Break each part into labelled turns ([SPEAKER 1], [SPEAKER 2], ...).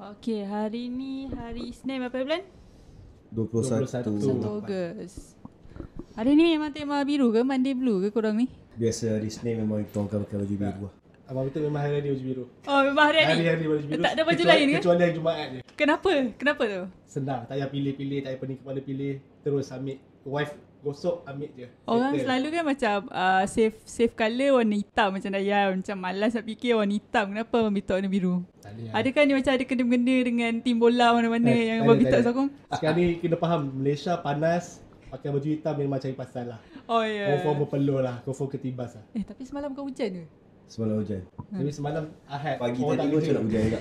[SPEAKER 1] Okey, hari ni hari Isnin berapa bulan?
[SPEAKER 2] 21
[SPEAKER 1] 1 Ogos. Hari ni memang tema biru ke Monday Blue ke korang ni?
[SPEAKER 2] Biasa hari Senin memang kita orang pakai baju biru lah
[SPEAKER 3] Abang kita memang hari-hari baju biru.
[SPEAKER 1] Oh, memang hari ni.
[SPEAKER 3] Hari-hari baju biru.
[SPEAKER 1] Tak ada baju
[SPEAKER 3] Kecuali-
[SPEAKER 1] lain ke?
[SPEAKER 3] Kecuali hari Jumaat je.
[SPEAKER 1] Kenapa? Kenapa tu?
[SPEAKER 3] Senang. Tak payah pilih-pilih. Tak payah pening kepala pilih. Terus ambil. Wife gosok ambil je.
[SPEAKER 1] Orang
[SPEAKER 3] Settle.
[SPEAKER 1] selalu kan macam uh, safe safe colour warna hitam macam Dayal. Macam malas nak fikir warna hitam. Kenapa ambil tak warna biru?
[SPEAKER 3] Tak ada.
[SPEAKER 1] Ada kan dia macam ada kena-mena dengan tim bola mana-mana
[SPEAKER 3] Ya. Eh,
[SPEAKER 1] yang
[SPEAKER 3] tak ada,
[SPEAKER 1] Abang
[SPEAKER 3] tak
[SPEAKER 1] Bitok
[SPEAKER 3] ada.
[SPEAKER 1] sokong?
[SPEAKER 3] Sekarang ni kena faham. Malaysia panas. Pakai baju hitam memang cari pasal lah.
[SPEAKER 1] Oh ya.
[SPEAKER 3] Confirm berpeluh lah. Confirm ketibas lah.
[SPEAKER 1] Eh tapi semalam bukan hujan ke?
[SPEAKER 2] Semalam hujan
[SPEAKER 1] Hmm.
[SPEAKER 3] Tapi semalam ahad.
[SPEAKER 2] Pagi
[SPEAKER 3] orang
[SPEAKER 2] tadi
[SPEAKER 3] tak
[SPEAKER 2] pun
[SPEAKER 3] kerja.
[SPEAKER 2] macam nak hujan juga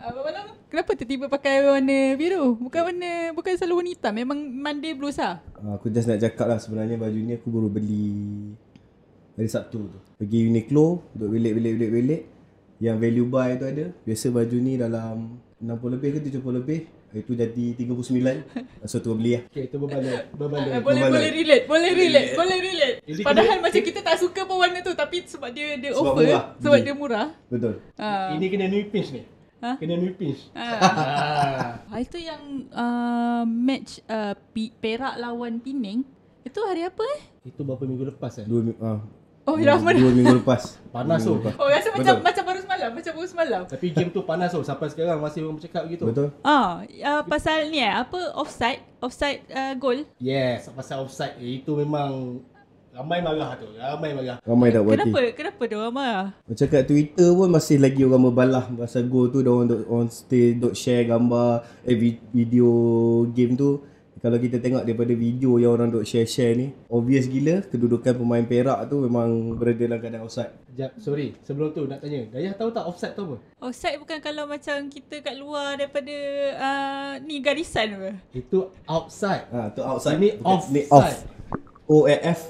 [SPEAKER 1] Abang Ah, malam kenapa tiba-tiba pakai warna biru? Bukan warna bukan selalu warna hitam. Memang Monday blues lah.
[SPEAKER 2] Ah, Aku just nak cakap lah sebenarnya baju ni aku baru beli Hari Sabtu tu Pergi Uniqlo Duduk bilik-bilik-bilik-bilik Yang value buy tu ada Biasa baju ni dalam 60 lebih ke 70 lebih Itu jadi 39 So tu beli lah
[SPEAKER 3] Okay, itu berbaloi. Berbaloi.
[SPEAKER 1] Eh, boleh
[SPEAKER 2] Berbaloi.
[SPEAKER 1] boleh relate, boleh relate, boleh relate.
[SPEAKER 3] Jadi kita-
[SPEAKER 1] Padahal macam kita tak suka pun warna tu tapi sebab dia dia
[SPEAKER 2] Sebab
[SPEAKER 1] offer,
[SPEAKER 2] murah,
[SPEAKER 1] sebab
[SPEAKER 2] beli.
[SPEAKER 1] dia murah.
[SPEAKER 2] Betul
[SPEAKER 1] Ha.
[SPEAKER 3] Ini kena new pinch ni.
[SPEAKER 1] Ha?
[SPEAKER 3] Kena new pinch.
[SPEAKER 1] Ha.
[SPEAKER 3] Ah.
[SPEAKER 1] Ah, itu yang uh, match uh, P- Perak lawan Penang. Itu hari apa eh?
[SPEAKER 3] Itu berapa minggu lepas eh?
[SPEAKER 2] Dua, mi- ah,
[SPEAKER 1] Oh,
[SPEAKER 2] dua,
[SPEAKER 1] lama dah.
[SPEAKER 2] dua minggu lepas
[SPEAKER 3] Panas
[SPEAKER 2] Dua minggu
[SPEAKER 3] tu.
[SPEAKER 2] lepas.
[SPEAKER 1] Oh, rasa macam
[SPEAKER 2] Betul.
[SPEAKER 1] macam baru semalam, macam baru semalam.
[SPEAKER 3] Tapi game tu panas tu. Sampai sekarang masih orang bercakap begitu.
[SPEAKER 2] Betul
[SPEAKER 1] Ah, uh, pasal ni eh, apa offside? Offside uh, goal.
[SPEAKER 3] Yes, pasal offside eh, itu memang ramai marah tu. Ramai marah.
[SPEAKER 2] Ramai tak buat
[SPEAKER 1] Kenapa? Kenapa dia orang marah?
[SPEAKER 2] Macam kat Twitter pun masih lagi orang berbalah pasal gol tu dia orang dok on stay dok share gambar eh vi- video game tu kalau kita tengok daripada video yang orang dok share-share ni obvious gila kedudukan pemain Perak tu memang berada dalam keadaan offside.
[SPEAKER 3] Sekejap, sorry. Sebelum tu nak tanya. Dayah tahu tak offside tu apa?
[SPEAKER 1] Offside bukan kalau macam kita kat luar daripada uh, ni garisan apa?
[SPEAKER 3] Itu outside.
[SPEAKER 2] Ha tu outside.
[SPEAKER 3] Ini
[SPEAKER 2] Bukan-
[SPEAKER 3] offside.
[SPEAKER 2] Ni off. O A F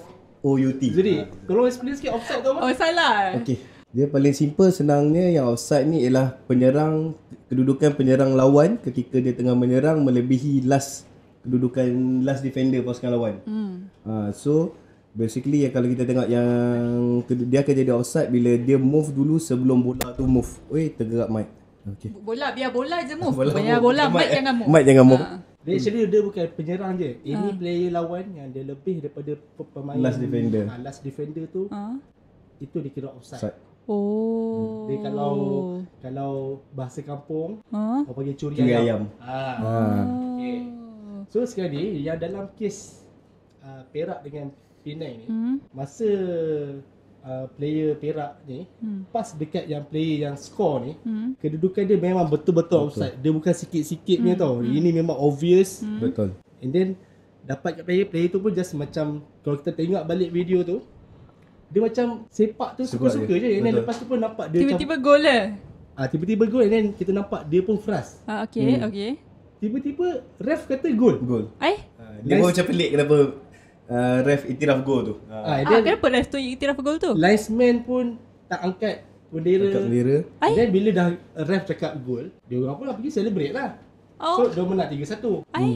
[SPEAKER 2] O U T.
[SPEAKER 3] Jadi, tolong explain sikit offside tu apa?
[SPEAKER 1] Oh, salah.
[SPEAKER 2] Okey. Dia paling simple senangnya yang offside ni ialah penyerang kedudukan penyerang lawan ketika dia tengah menyerang melebihi last kedudukan last defender pasukan lawan.
[SPEAKER 1] Hmm.
[SPEAKER 2] Ha, so basically yang kalau kita tengok yang kedu- dia akan jadi offside bila dia move dulu sebelum bola tu move. Oi tergerak mic. Okey.
[SPEAKER 1] Bola biar bola je move. Bola,
[SPEAKER 2] Bola
[SPEAKER 1] biar
[SPEAKER 2] move.
[SPEAKER 1] bola
[SPEAKER 2] Mic,
[SPEAKER 1] mic
[SPEAKER 2] eh.
[SPEAKER 1] jangan move.
[SPEAKER 2] Mic jangan move.
[SPEAKER 1] Ha.
[SPEAKER 3] Dia actually dia bukan penyerang je. Ini
[SPEAKER 1] Ah.
[SPEAKER 3] player lawan yang dia lebih daripada pe- pemain
[SPEAKER 2] Last defender.
[SPEAKER 3] Ah, last defender tu
[SPEAKER 1] Ha.
[SPEAKER 3] itu dikira offside.
[SPEAKER 2] Offside.
[SPEAKER 1] Oh.
[SPEAKER 3] Jadi kalau kalau bahasa kampung
[SPEAKER 1] Ha?
[SPEAKER 3] orang panggil curi,
[SPEAKER 2] Curi ayam.
[SPEAKER 3] Ah.
[SPEAKER 2] Ha.
[SPEAKER 3] Okey. So sekarang ni yang dalam kes uh, Perak dengan Penang ni
[SPEAKER 1] Hmm.
[SPEAKER 3] masa uh, player Perak ni
[SPEAKER 1] Hmm.
[SPEAKER 3] pas dekat yang player yang score ni
[SPEAKER 1] Hmm.
[SPEAKER 3] kedudukan dia memang betul-betul offside. Dia bukan sikit-sikit punya
[SPEAKER 1] Hmm,
[SPEAKER 3] tau. Ini memang obvious
[SPEAKER 2] Hmm. Betul.
[SPEAKER 3] and then dapat kat player player tu pun just macam kalau kita tengok balik video tu dia macam sepak tu
[SPEAKER 2] Sepak
[SPEAKER 3] suka-suka
[SPEAKER 2] dia.
[SPEAKER 3] je and then
[SPEAKER 2] Betul.
[SPEAKER 3] lepas tu pun nampak dia
[SPEAKER 1] Tiba-tiba gol lah.
[SPEAKER 3] macam ah tiba-tiba gol and then kita nampak dia pun frust.
[SPEAKER 1] Ha, okay, hmm. okay.
[SPEAKER 3] Tiba-tiba ref kata gol.
[SPEAKER 2] Gol.
[SPEAKER 1] Eh?
[SPEAKER 2] Ha, dia pun macam pelik kenapa uh, ref iktiraf gol tu. Ha.
[SPEAKER 3] Ah, and
[SPEAKER 1] Ah,
[SPEAKER 3] then
[SPEAKER 1] kenapa ref tu iktiraf gol tu?
[SPEAKER 2] Lah,
[SPEAKER 3] linesman pun tak angkat
[SPEAKER 2] Dekat
[SPEAKER 3] bendera.
[SPEAKER 2] bendera.
[SPEAKER 3] And then bila dah uh, ref cakap gol, dia orang pun lah pergi celebrate lah.
[SPEAKER 1] Oh,
[SPEAKER 3] So dia menang 3-1.
[SPEAKER 1] ai.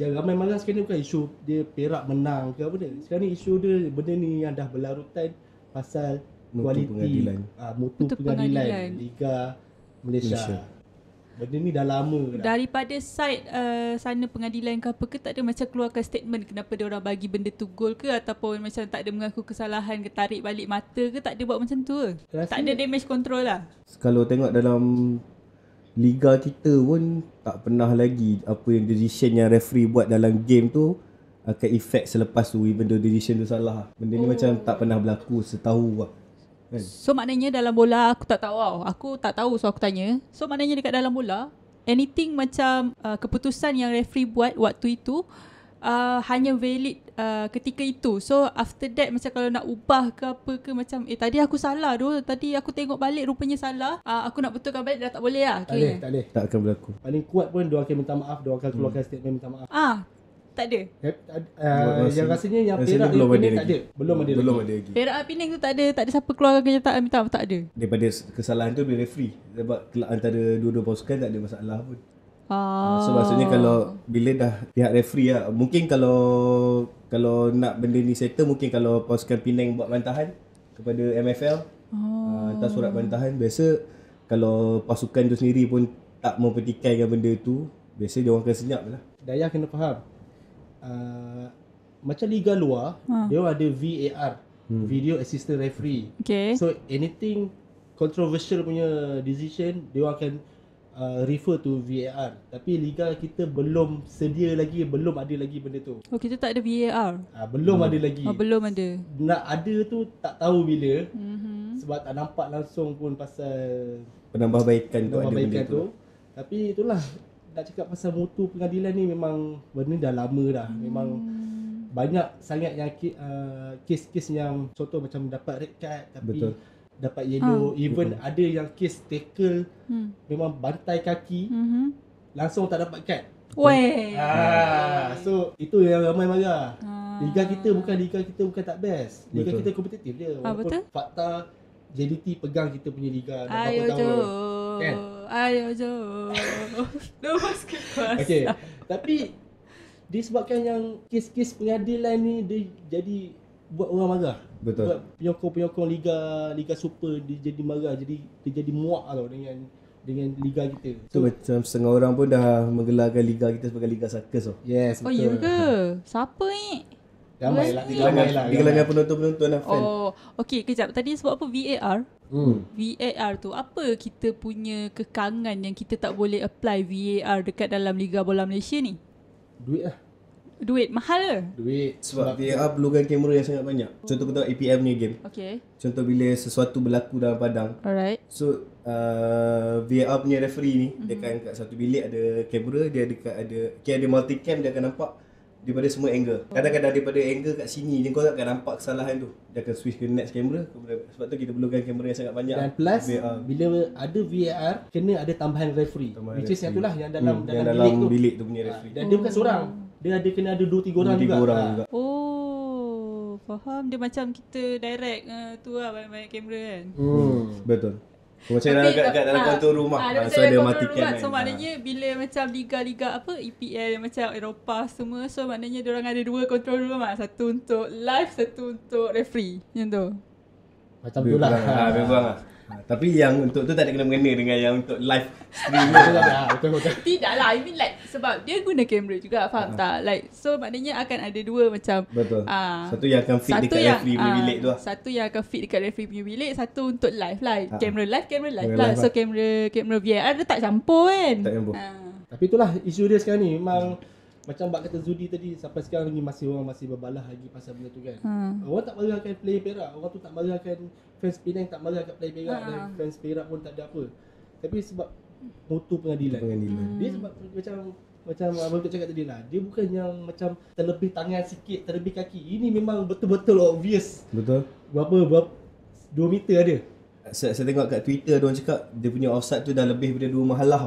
[SPEAKER 3] Yang ramai marah sekarang ni bukan isu dia Perak menang ke apa dia. Sekarang ni isu dia benda ni yang dah berlarutan pasal
[SPEAKER 2] Mutu
[SPEAKER 3] kualiti
[SPEAKER 2] pengadilan.
[SPEAKER 3] ah, mutu,
[SPEAKER 1] Mutu
[SPEAKER 3] pengadilan,
[SPEAKER 1] pengadilan.
[SPEAKER 3] Liga Malaysia.
[SPEAKER 2] Malaysia.
[SPEAKER 3] Malaysia. Benda ni dah lama dah.
[SPEAKER 1] Daripada side uh, sana pengadilan ke apa ke tak ada macam keluarkan statement kenapa dia orang bagi benda tu gol ke ataupun macam tak ada mengaku kesalahan ke tarik balik mata ke tak ada buat macam tu ke?
[SPEAKER 3] Rasa-
[SPEAKER 1] Tak ada damage control lah.
[SPEAKER 2] Kalau tengok dalam liga kita pun tak pernah lagi apa yang decision yang referee buat dalam game tu akan efek selepas tu even though decision tu salah. Benda ni oh. macam tak pernah berlaku setahu lah. Kan?
[SPEAKER 1] So maknanya dalam bola aku tak tahu wow. Aku tak tahu so aku tanya. So maknanya dekat dalam bola anything macam uh, keputusan yang referee buat waktu itu uh, hanya valid uh, ketika itu. So after that macam kalau nak ubah ke apa ke macam eh tadi aku salah tu. Tadi aku tengok balik rupanya salah. Uh, aku nak betulkan balik dah tak boleh lah.
[SPEAKER 3] Tak boleh,
[SPEAKER 1] Okay.
[SPEAKER 3] tak boleh.
[SPEAKER 2] Tak akan berlaku.
[SPEAKER 3] Paling kuat pun dia akan minta maaf, dia akan keluarkan
[SPEAKER 2] Hmm.
[SPEAKER 3] statement minta maaf.
[SPEAKER 1] Ah, tak ada.
[SPEAKER 3] Eh, Uh,
[SPEAKER 2] Rasa-
[SPEAKER 3] yang rasanya yang
[SPEAKER 2] rasanya
[SPEAKER 3] Perak ni
[SPEAKER 2] belum
[SPEAKER 3] pun
[SPEAKER 2] ada
[SPEAKER 3] dia tak
[SPEAKER 2] lagi.
[SPEAKER 3] ada. Belum ada
[SPEAKER 2] Belum
[SPEAKER 3] lagi.
[SPEAKER 2] ada lagi.
[SPEAKER 1] Perak Penang tu tak ada. Tak ada siapa keluarkan kenyataan minta maaf, tak ada.
[SPEAKER 2] Daripada kesalahan tu dari referee sebab kel- antara dua-dua pasukan tak ada masalah pun.
[SPEAKER 1] Ah.
[SPEAKER 2] So maksudnya kalau bila dah pihak referee lah, mungkin kalau kalau nak benda ni settle mungkin kalau pasukan Penang buat ah, bantahan kepada MFL oh. hantar surat bantahan biasa kalau pasukan tu sendiri pun tak mempertikaikan benda tu, biasa dia orang akan senyap lah.
[SPEAKER 3] Dayah kena faham. Uh, macam liga luar,
[SPEAKER 1] Ha.
[SPEAKER 3] ha. dia ada VAR, hmm. video assistant referee.
[SPEAKER 1] Okay. So,
[SPEAKER 3] So anything controversial punya decision, dia orang akan uh, refer to VAR. Tapi liga kita belum sedia lagi, belum ada lagi benda tu.
[SPEAKER 1] oh, kita tak ada VAR.
[SPEAKER 3] Uh, belum hmm. ada lagi.
[SPEAKER 1] Oh, belum ada.
[SPEAKER 3] Nak ada tu tak tahu bila
[SPEAKER 1] Mm-hmm.
[SPEAKER 3] sebab tak nampak langsung pun pasal
[SPEAKER 2] Penambahbaikan tu ada benda
[SPEAKER 3] perbaikan
[SPEAKER 2] tu.
[SPEAKER 3] tu. Tapi itulah nak cakap pasal mutu pengadilan ni memang benda ni dah lama dah.
[SPEAKER 1] Hmm.
[SPEAKER 3] Memang banyak sangat yang ki- uh, kes-kes yang contoh macam dapat red card tapi
[SPEAKER 2] Betul.
[SPEAKER 3] dapat yellow, even ada yang kes tackle
[SPEAKER 1] Hmm.
[SPEAKER 3] memang bantai kaki
[SPEAKER 1] Mm-hmm.
[SPEAKER 3] langsung tak dapat card.
[SPEAKER 1] Weh.
[SPEAKER 3] Ah, so itu yang ramai marah.
[SPEAKER 1] Ah.
[SPEAKER 3] Liga kita bukan liga kita bukan tak best. Liga
[SPEAKER 2] Betul.
[SPEAKER 3] kita kompetitif dia.
[SPEAKER 1] Ah, betul.
[SPEAKER 3] fakta JDT pegang kita punya liga dah
[SPEAKER 1] Ayo
[SPEAKER 3] berapa
[SPEAKER 1] Jo.
[SPEAKER 3] tahun. Kan?
[SPEAKER 1] Ayo Jo. Lepas ke kelas.
[SPEAKER 3] Okey. Tapi disebabkan yang kes-kes pengadilan ni dia jadi buat orang marah.
[SPEAKER 2] Betul.
[SPEAKER 3] Buat penyokong-penyokong liga liga super dia jadi marah jadi dia jadi muak tau dengan dengan liga kita.
[SPEAKER 2] Tu macam setengah orang pun dah menggelarkan liga kita sebagai liga circus tau.
[SPEAKER 3] yes
[SPEAKER 1] Oh, ya ke? Siapa ni?
[SPEAKER 3] Ramai lah,
[SPEAKER 1] Di
[SPEAKER 3] ramai lah.
[SPEAKER 2] Di kalangan penonton-penonton lah fan.
[SPEAKER 1] Oh, okey kejap. Tadi sebab apa VAR?
[SPEAKER 3] Hmm.
[SPEAKER 1] VAR tu apa kita punya kekangan yang kita tak boleh apply VAR dekat dalam Liga Bola Malaysia ni?
[SPEAKER 3] Duit lah.
[SPEAKER 1] Duit mahal ke?
[SPEAKER 3] Duit.
[SPEAKER 2] Sebab VAR perlukan kamera yang sangat banyak. Contoh kau tengok APM ni game.
[SPEAKER 1] Okey.
[SPEAKER 2] Contoh bila sesuatu berlaku dalam padang.
[SPEAKER 1] Alright.
[SPEAKER 2] So uh, VAR punya referee ni mm-hmm. dia
[SPEAKER 3] Mhm.
[SPEAKER 2] akan kat satu bilik ada kamera, dia ada kat ada okay, ada multicam dia akan nampak daripada semua angle. Kadang-kadang daripada angle kat sini je kau akan nampak kesalahan tu. Dia akan switch ke next kamera. Sebab tu kita perlukan kamera yang sangat banyak.
[SPEAKER 3] Dan plus
[SPEAKER 2] VAR.
[SPEAKER 3] bila ada VAR kena ada tambahan referee
[SPEAKER 2] Tambahan
[SPEAKER 3] which is yang
[SPEAKER 2] referee.
[SPEAKER 3] itulah yang dalam
[SPEAKER 2] Hmm,
[SPEAKER 3] dalam,
[SPEAKER 2] yang dalam bilik tu.
[SPEAKER 3] bilik,
[SPEAKER 2] punya
[SPEAKER 3] tu.
[SPEAKER 2] referee.
[SPEAKER 3] Dan dia bukan seorang. Dia ada kena ada 2 3 orang
[SPEAKER 2] Tiga
[SPEAKER 3] juga.
[SPEAKER 2] orang
[SPEAKER 3] Ah.
[SPEAKER 2] juga.
[SPEAKER 1] Oh, faham dia macam kita direct uh, tu lah banyak-banyak kamera kan.
[SPEAKER 3] Hmm.
[SPEAKER 2] Betul. Macam dalam kat, kat dalam kantor rumah.
[SPEAKER 1] ah,
[SPEAKER 2] Ah,
[SPEAKER 1] macam
[SPEAKER 2] so ada
[SPEAKER 1] dalam
[SPEAKER 2] mati
[SPEAKER 1] control
[SPEAKER 2] cam
[SPEAKER 1] rumah.
[SPEAKER 2] kan.
[SPEAKER 1] So
[SPEAKER 2] Ah.
[SPEAKER 1] maknanya bila macam liga-liga apa EPL macam Eropah semua So maknanya diorang ada dua control room lah Satu untuk live, satu untuk referee Macam tu
[SPEAKER 3] Macam
[SPEAKER 2] Lebih
[SPEAKER 3] tu lah.
[SPEAKER 2] kurang lah. Lebih kurang lah. Ha, Tapi yang untuk tu tak ada kena-mengena dengan yang untuk live stream.
[SPEAKER 3] Ah, Betul betul.
[SPEAKER 1] Tidak lah, I mean like sebab dia guna kamera juga
[SPEAKER 2] Ah.
[SPEAKER 1] faham tak? Like so maknanya akan ada dua macam
[SPEAKER 2] Betul.
[SPEAKER 1] Ah.
[SPEAKER 2] Satu yang akan fit dekat referee punya
[SPEAKER 1] ah,
[SPEAKER 2] bilik tu lah.
[SPEAKER 1] Satu yang akan fit dekat referee punya bilik, satu untuk live lah.
[SPEAKER 2] Ah.
[SPEAKER 1] Kamera live, kamera live
[SPEAKER 2] Kamera
[SPEAKER 1] lah.
[SPEAKER 2] live
[SPEAKER 1] So
[SPEAKER 2] lah.
[SPEAKER 1] kamera kamera VAR Ah, dia tak campur kan?
[SPEAKER 2] Tak campur.
[SPEAKER 1] Ah.
[SPEAKER 3] Tapi itulah isu dia sekarang ni memang macam Bak kata Zudi tadi sampai sekarang lagi masih orang masih berbalah lagi pasal benda tu kan.
[SPEAKER 1] Hmm.
[SPEAKER 3] Orang tak marahkan player Perak, orang tu tak marahkan fans Penang tak marah kat player Perak
[SPEAKER 1] Ha.
[SPEAKER 3] dan fans Perak pun tak ada apa. Tapi sebab mutu pengadilan.
[SPEAKER 2] Pengadilan.
[SPEAKER 3] Dia sebab macam macam abang Tok cakap tadi lah, dia bukan yang macam terlebih tangan sikit, terlebih kaki. Ini memang betul-betul obvious.
[SPEAKER 2] Betul.
[SPEAKER 3] Berapa berapa 2 meter ada.
[SPEAKER 2] Saya, saya tengok kat Twitter dia orang cakap dia punya offside tu dah lebih daripada dua mahalah.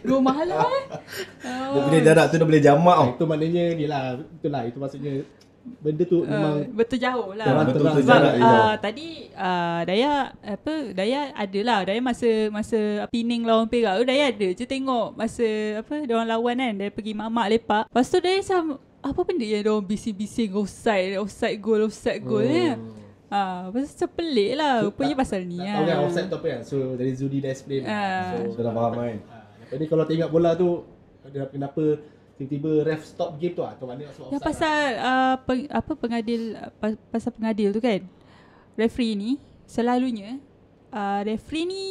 [SPEAKER 1] Dua mahal lah eh.
[SPEAKER 2] Dia punya jarak tu dah boleh jamak tau.
[SPEAKER 3] Oh. Itu maknanya ni lah, itulah itu maksudnya benda tu memang ya.
[SPEAKER 1] Uh, betul jauh lah.
[SPEAKER 3] Terang-
[SPEAKER 2] Betul tu
[SPEAKER 3] terang.
[SPEAKER 1] Sebab
[SPEAKER 2] jarak dia
[SPEAKER 1] uh,
[SPEAKER 2] tau.
[SPEAKER 1] tadi uh, Daya apa Daya adalah Daya masa masa Pening lawan Perak tu Daya ada je tengok masa apa dia orang lawan kan Daya pergi mamak lepak. Lepas tu Daya macam apa benda yang dia orang bising-bising offside offside goal offside goal hmm. ya. Ah, pasal macam pelik lah. Rupanya pasal ni
[SPEAKER 3] Oh. Tak
[SPEAKER 1] lah.
[SPEAKER 3] tahu kan offside tu apa kan. So dari Zudi dah explain.
[SPEAKER 1] Ah.
[SPEAKER 2] So dah faham kan.
[SPEAKER 3] ah, lepas ni kalau tengok bola tu ada kenapa tiba-tiba ref stop game tu ah tu maknanya sebab
[SPEAKER 1] Yang
[SPEAKER 3] offside.
[SPEAKER 1] pasal uh, peng, apa pengadil pa- pasal pengadil tu kan. Referee ni selalunya uh, referee ni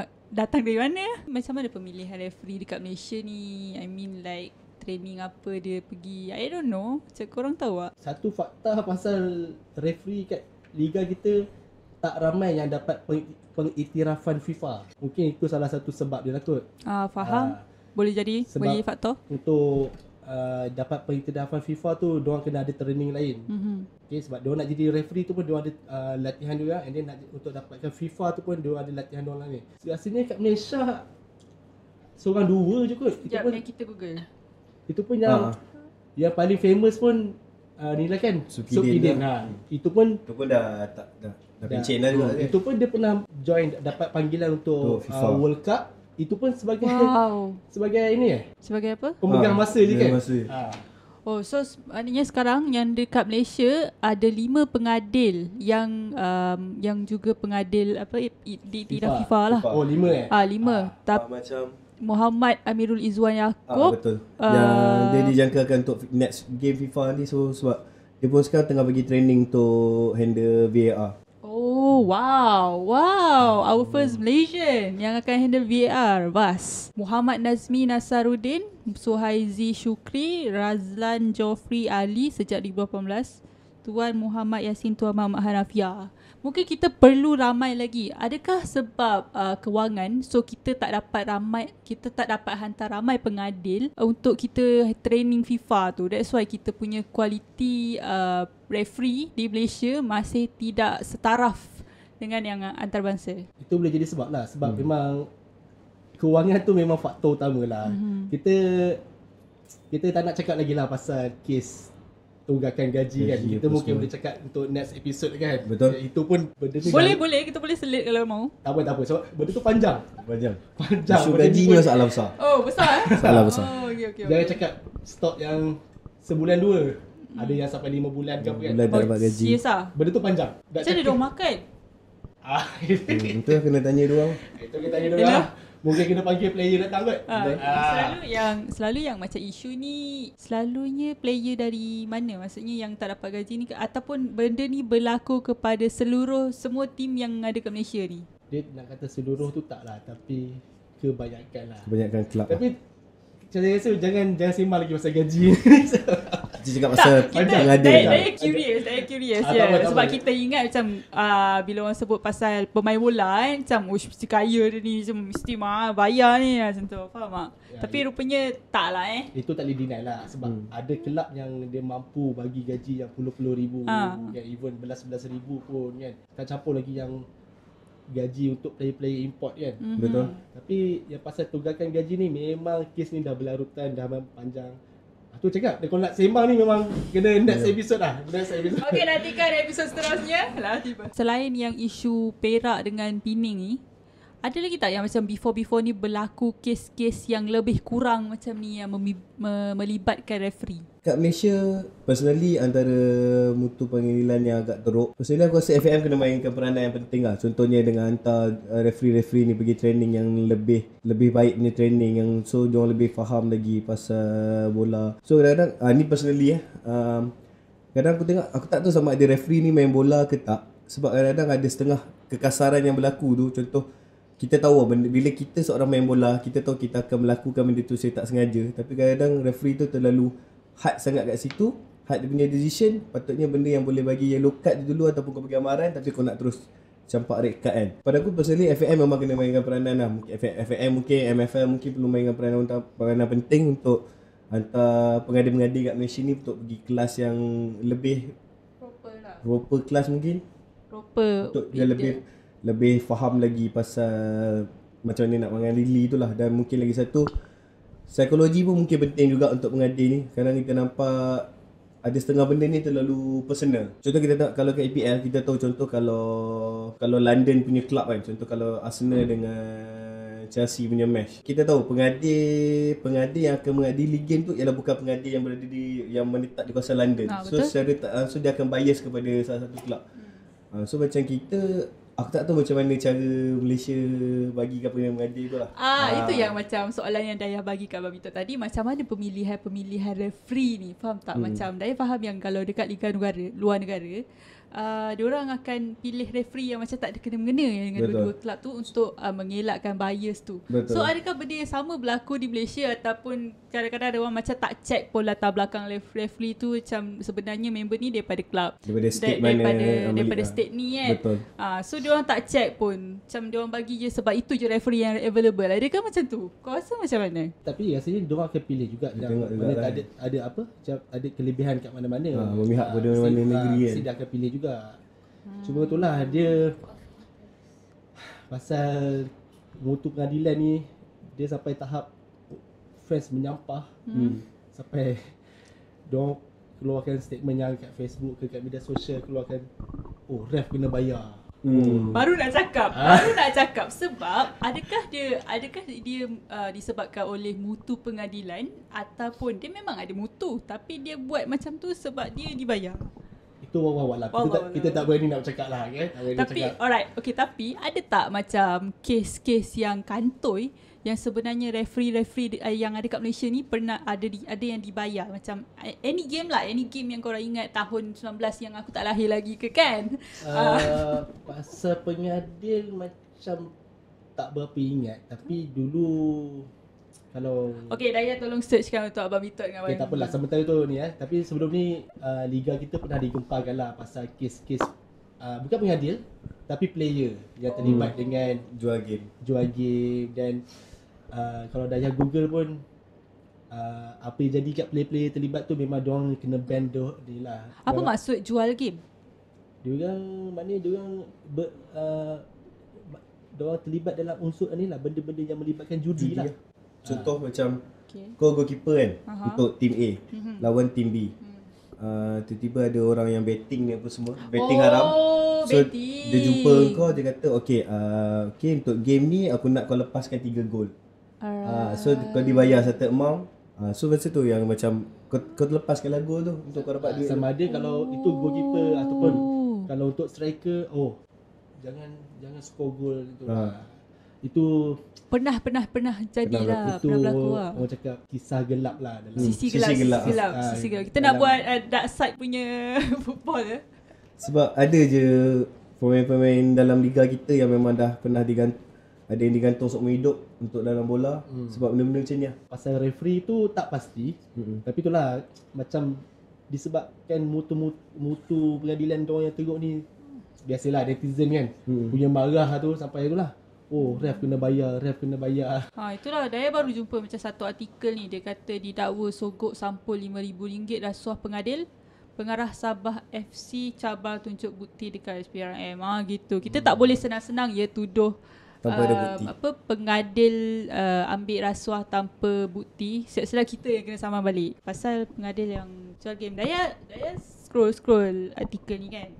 [SPEAKER 1] uh, datang dari mana? Macam mana pemilihan referee dekat Malaysia ni? I mean like training apa dia pergi. I don't know. Macam korang tahu tak?
[SPEAKER 3] Satu fakta pasal referee kat liga kita tak ramai yang dapat peng, pengiktirafan FIFA. Mungkin itu salah satu sebab dia lah kot.
[SPEAKER 1] Ah, faham?
[SPEAKER 3] Ah.
[SPEAKER 1] Boleh jadi?
[SPEAKER 3] Sebab-
[SPEAKER 1] boleh jadi faktor?
[SPEAKER 3] Untuk uh, dapat pengiktirafan FIFA tu diorang kena ada training lain.
[SPEAKER 1] Mm-hmm.
[SPEAKER 3] Okay, sebab dia nak jadi referee tu pun dia ada uh, latihan dia and then nak, untuk dapatkan FIFA tu pun dia ada latihan dia orang ni. Rasanya kat Malaysia seorang dua je kot. Itu
[SPEAKER 1] Sekejap,
[SPEAKER 3] pun
[SPEAKER 1] yang kita google.
[SPEAKER 3] itu pun yang
[SPEAKER 2] Ha.
[SPEAKER 3] yang paling famous pun uh, ni lah kan
[SPEAKER 2] Supidin
[SPEAKER 3] Supidin,
[SPEAKER 2] lah.
[SPEAKER 3] ha. Itu pun
[SPEAKER 2] Tu pun dah tak dah dah pencen dah juga.
[SPEAKER 3] Hmm,
[SPEAKER 2] dia.
[SPEAKER 3] Itu pun dia pernah join dapat panggilan
[SPEAKER 2] Untuk
[SPEAKER 3] untuk
[SPEAKER 2] FIFA.
[SPEAKER 3] uh, World Cup. Itu pun sebagai
[SPEAKER 1] Wow.
[SPEAKER 3] sebagai ini eh
[SPEAKER 1] Sebagai apa?
[SPEAKER 3] pemegang
[SPEAKER 2] Ha,
[SPEAKER 3] masa je
[SPEAKER 2] pemegang
[SPEAKER 3] kan.
[SPEAKER 2] masa.
[SPEAKER 3] Ha.
[SPEAKER 1] Oh, so maknanya sekarang yang dekat Malaysia ada lima pengadil yang um, yang juga pengadil apa eh, i- di di FIFA,
[SPEAKER 3] FIFA.
[SPEAKER 1] FIFA lah.
[SPEAKER 2] FIFA.
[SPEAKER 3] Oh lima eh?
[SPEAKER 1] Ah lima.
[SPEAKER 2] Ah,
[SPEAKER 1] Tapi
[SPEAKER 2] macam
[SPEAKER 1] Muhammad Amirul Izwan
[SPEAKER 2] Ah,
[SPEAKER 1] Yaakob.
[SPEAKER 2] betul.
[SPEAKER 1] Ah.
[SPEAKER 2] yang dia dijangkakan untuk next game FIFA ni so sebab dia pun sekarang tengah bagi training untuk handle VAR.
[SPEAKER 1] Oh, wow. Wow. Our
[SPEAKER 2] Hmm.
[SPEAKER 1] first Malaysian yang akan handle VAR. Bas. Muhammad Nazmi Nasaruddin, Suhaizi Shukri, Razlan Joffrey Ali sejak 2018. Tuan Muhammad Yasin Tuan Muhammad Hanafiah. Mungkin kita perlu ramai lagi. Adakah sebab uh, kewangan so kita tak dapat ramai kita tak dapat hantar ramai pengadil uh, untuk kita training FIFA tu. That's why kita punya kualiti uh, referee di Malaysia masih tidak setaraf dengan yang uh, antarabangsa.
[SPEAKER 3] Itu boleh jadi sebab lah Sebab hmm. memang Kewangan tu memang faktor utama lah hmm. Kita Kita tak nak cakap lagi lah pasal kes Tunggakan gaji kan
[SPEAKER 2] Gaji
[SPEAKER 3] Kita
[SPEAKER 2] apa
[SPEAKER 3] mungkin
[SPEAKER 2] semua.
[SPEAKER 3] boleh cakap untuk next episode kan
[SPEAKER 2] Betul.
[SPEAKER 3] Itu pun benda ni
[SPEAKER 1] Boleh boleh kita boleh selit kalau mau.
[SPEAKER 3] Tak apa tak apa Sebab benda tu panjang
[SPEAKER 2] Panjang.
[SPEAKER 3] Panjang
[SPEAKER 2] Isu
[SPEAKER 3] Benda ni
[SPEAKER 2] gaji ni
[SPEAKER 3] pun-
[SPEAKER 2] masalah besar.
[SPEAKER 1] Oh, besar eh?
[SPEAKER 2] Masalah besar.
[SPEAKER 1] Oh, okey okey.
[SPEAKER 3] Jangan cakap stok yang Sebulan dua Ada yang sampai lima bulan ke apa kan
[SPEAKER 2] Bulan tak dapat gaji.
[SPEAKER 1] Serius ah.
[SPEAKER 3] Benda tu panjang Nak
[SPEAKER 1] Macam mana
[SPEAKER 3] cakap-
[SPEAKER 1] dia orang makan?
[SPEAKER 3] Ah,
[SPEAKER 2] Hmm, betul kena tanya dia orang.
[SPEAKER 3] Itu kita tanya dulu
[SPEAKER 1] Yalah.
[SPEAKER 3] lah Mungkin kena panggil player datang kot
[SPEAKER 1] Ah,
[SPEAKER 3] Ah.
[SPEAKER 1] selalu yang selalu yang macam isu ni selalunya player dari mana maksudnya yang tak dapat gaji ni ke, ataupun benda ni berlaku kepada seluruh semua tim yang ada kat Malaysia ni.
[SPEAKER 3] Dia nak kata seluruh tu tak lah Tapi Kebanyakan lah
[SPEAKER 2] Kebanyakan kelab.
[SPEAKER 3] Tapi Saya rasa jangan jangan sembang lagi pasal gaji
[SPEAKER 2] Dia cakap pasal
[SPEAKER 1] kita
[SPEAKER 2] pengadil. lah.
[SPEAKER 1] saya, saya curious, saya curious
[SPEAKER 3] Ah, tak
[SPEAKER 1] ya.
[SPEAKER 3] apa, tak
[SPEAKER 1] Sebab
[SPEAKER 3] apa.
[SPEAKER 1] kita ingat macam uh, bila orang sebut pasal pemain bola kan macam ush mesti kaya dia ni macam mesti mah bayar ni macam tu. Faham tak?
[SPEAKER 3] Ya,
[SPEAKER 1] Tapi rupanya tak lah eh.
[SPEAKER 3] Itu tak boleh deny lah Sebab hmm. ada kelab yang dia mampu bagi gaji yang puluh-puluh ribu
[SPEAKER 1] Ah.
[SPEAKER 3] kan, Even belas-belas ribu pun kan Tak campur lagi yang Gaji untuk player-player import kan
[SPEAKER 1] Mhm.
[SPEAKER 2] Betul.
[SPEAKER 3] Tapi yang pasal tunggakan gaji ni memang kes ni dah berlarutan dah memang panjang. Ah, tu cakap dia kalau nak sembang ni memang kena next episode lah. Next episode.
[SPEAKER 1] Okey, nantikan episod seterusnya. Lah tiba. Selain yang isu Perak dengan Pening ni, ada lagi tak yang macam before-before ni berlaku kes-kes yang lebih kurang macam ni yang memi- me- melibatkan referee?
[SPEAKER 2] Kat Malaysia Personally antara Mutu panggilan yang agak teruk Personally aku rasa FAM kena mainkan peranan yang penting lah Contohnya dengan hantar uh, Referee-referee ni pergi training yang lebih Lebih baik punya training Yang so diorang lebih faham lagi Pasal bola So kadang-kadang uh, Ni personally eh um, Kadang aku tengok Aku tak tahu sama ada referee ni main bola ke tak Sebab kadang-kadang ada setengah Kekasaran yang berlaku tu Contoh kita tahu lah benda, bila kita seorang main bola kita tahu kita akan melakukan benda tu saya tak sengaja tapi kadang-kadang referee tu terlalu hard sangat kat situ hard dia punya decision patutnya benda yang boleh bagi yellow card tu dulu ataupun kau bagi amaran tapi kau nak terus campak red card kan pada aku personally FAM memang kena mainkan peranan lah Mungkin FAM mungkin MFL mungkin perlu mainkan peranan untuk peranan penting untuk hantar pengadil-pengadil kat Malaysia ni untuk pergi kelas yang lebih
[SPEAKER 1] Proper lah.
[SPEAKER 2] proper kelas mungkin
[SPEAKER 1] Proper.
[SPEAKER 2] untuk dia lebih lebih faham lagi pasal macam mana nak mengadili tu lah dan mungkin lagi satu psikologi pun mungkin penting juga untuk mengadil ni kadang kita nampak ada setengah benda ni terlalu personal contoh kita tak kalau kat EPL kita tahu contoh kalau kalau London punya club kan contoh kalau Arsenal dengan Chelsea punya match kita tahu pengadil pengadil yang akan mengadili game tu ialah bukan pengadil yang berada di yang menetap di kawasan London
[SPEAKER 1] Ah,
[SPEAKER 2] so
[SPEAKER 1] betul.
[SPEAKER 2] secara tak langsung dia akan bias kepada salah satu kelab.
[SPEAKER 1] Hmm.
[SPEAKER 2] Ha, so macam kita aku tak tahu macam mana cara Malaysia bagi ke pengadil mengadil tu lah.
[SPEAKER 1] Ah, itu yang macam soalan yang Dayah bagi kat Babito tadi macam mana pemilihan-pemilihan referee ni faham tak hmm. macam Dayah faham yang kalau dekat liga negara luar negara uh, diorang akan pilih referee yang macam tak ada kena-mengena dengan
[SPEAKER 2] Betul.
[SPEAKER 1] dua-dua kelab tu untuk uh, mengelakkan bias tu.
[SPEAKER 2] Betul.
[SPEAKER 1] So adakah benda yang sama berlaku di Malaysia ataupun kadang-kadang ada orang macam tak check pun latar belakang ref- referee tu macam sebenarnya member ni daripada kelab
[SPEAKER 2] Daripada
[SPEAKER 1] Dar-
[SPEAKER 2] state mana
[SPEAKER 1] daripada,
[SPEAKER 2] ambil
[SPEAKER 1] daripada
[SPEAKER 2] lah.
[SPEAKER 1] state ni kan.
[SPEAKER 2] Betul.
[SPEAKER 1] Ah, so dia orang tak check pun. Macam dia orang bagi je sebab itu je referee yang available. Ada kan macam tu? Kau rasa macam mana?
[SPEAKER 3] Tapi rasanya dia orang akan pilih juga
[SPEAKER 2] Dia
[SPEAKER 3] yang
[SPEAKER 2] tengok juga
[SPEAKER 3] mana
[SPEAKER 2] lah, eh.
[SPEAKER 3] tak ada ada apa macam ada kelebihan kat mana-mana.
[SPEAKER 2] Ah, memihak pada
[SPEAKER 3] mesti-
[SPEAKER 2] mana-mana negeri
[SPEAKER 3] mesti
[SPEAKER 2] kan.
[SPEAKER 3] dia akan pilih juga. Cuma itulah dia pasal mutu pengadilan ni dia sampai tahap fans menyampah hmm. sampai dia orang keluarkan statement yang kat Facebook ke kat media sosial keluarkan oh ref kena bayar.
[SPEAKER 2] Hmm.
[SPEAKER 1] Baru nak cakap. Baru nak cakap sebab adakah dia adakah dia uh, disebabkan oleh mutu pengadilan ataupun dia memang ada mutu tapi dia buat macam tu sebab dia dibayar.
[SPEAKER 3] Itu wawa lah. Kita,
[SPEAKER 1] Wawaw
[SPEAKER 3] tak,
[SPEAKER 1] lah.
[SPEAKER 3] kita tak berani nak bercakap lah kan. Tak berani
[SPEAKER 1] Tapi
[SPEAKER 3] cakap.
[SPEAKER 1] alright, okay tapi ada tak macam kes-kes yang kantoi yang sebenarnya referee-referee di- eh, yang ada kat Malaysia ni pernah ada di, ada yang dibayar macam eh, any game lah, any game yang korang ingat tahun 19 yang aku tak lahir lagi ke kan?
[SPEAKER 3] Uh, pasal pengadil macam tak berapa ingat tapi dulu kalau
[SPEAKER 1] Okay, Daya tolong searchkan untuk Abang Bitot dengan Abang
[SPEAKER 3] okay, tak apalah sementara tu ni eh tapi sebelum ni uh, liga kita pernah digemparkan lah pasal kes-kes uh, bukan pengadil tapi player yang
[SPEAKER 1] Hmm.
[SPEAKER 3] terlibat dengan
[SPEAKER 2] Jual game.
[SPEAKER 3] jual game dan uh, kalau dah Google pun uh, apa yang jadi kat player-player terlibat tu memang diorang kena ban dia dia lah.
[SPEAKER 1] Apa
[SPEAKER 3] Kalau-
[SPEAKER 1] maksud jual game?
[SPEAKER 3] Diorang maknanya diorang ber, uh, ma- diorang terlibat dalam unsur ni lah benda-benda yang melibatkan
[SPEAKER 2] Judi
[SPEAKER 3] judi, lah.
[SPEAKER 2] lah. Contoh macam
[SPEAKER 1] Okay.
[SPEAKER 2] kau goalkeeper kan
[SPEAKER 1] Ah. Aha.
[SPEAKER 2] untuk tim A
[SPEAKER 1] Mhm.
[SPEAKER 2] lawan tim B.
[SPEAKER 1] Hmm.
[SPEAKER 2] Uh, tiba-tiba ada orang yang betting ni apa semua. Betting haram.
[SPEAKER 1] Oh,
[SPEAKER 2] So
[SPEAKER 1] betting.
[SPEAKER 2] dia jumpa kau dia kata okay, uh, okay untuk game ni aku nak kau lepaskan 3 gol.
[SPEAKER 1] Alright.
[SPEAKER 2] Uh, so kau dibayar satu amount. Uh, so masa tu yang macam kau, kau lepaskanlah gol tu untuk kau dapat duit.
[SPEAKER 3] Sama ada kalau itu goalkeeper
[SPEAKER 1] Oh.
[SPEAKER 3] ataupun kalau untuk striker oh jangan jangan score gol tu.
[SPEAKER 2] Ha.
[SPEAKER 3] lah. Itu
[SPEAKER 1] Pernah pernah pernah jadilah, pernah,
[SPEAKER 3] itu
[SPEAKER 1] berlaku lah.
[SPEAKER 3] orang cakap kisah gelap lah dalam
[SPEAKER 2] Hmm.
[SPEAKER 1] Sisi
[SPEAKER 2] sisi
[SPEAKER 1] gelap, sisi
[SPEAKER 2] gelap.
[SPEAKER 1] gelap,
[SPEAKER 3] Ah,
[SPEAKER 1] sisi gelap. Kita
[SPEAKER 3] dalam-
[SPEAKER 1] nak buat uh, dark side punya football eh.
[SPEAKER 2] Sebab ada je pemain-pemain dalam liga kita yang memang dah pernah digantung ada yang digantung seumur hidup untuk dalam bola hmm. sebab benda-benda macam ni lah.
[SPEAKER 3] pasal referee tu tak pasti
[SPEAKER 2] Mm-mm.
[SPEAKER 3] tapi itulah macam disebabkan mutu mutu pengadilan diorang yang teruk ni biasalah netizen kan
[SPEAKER 2] Hmm.
[SPEAKER 3] punya marah tu sampai itulah oh ref kena bayar ref kena bayar
[SPEAKER 1] Ha itulah Daya baru jumpa macam satu artikel ni dia kata didakwa sogok sampul RM5000 rasuah pengadil pengarah Sabah FC cabar tunjuk bukti dekat SPRM ha gitu. Kita
[SPEAKER 2] Hmm.
[SPEAKER 1] tak boleh senang-senang ya tuduh
[SPEAKER 2] Tanpa ada bukti.
[SPEAKER 1] apa pengadil uh, ambil rasuah tanpa bukti. Siap-siap kita yang kena saman balik pasal pengadil yang jual game. Daya Daya scroll scroll artikel ni kan.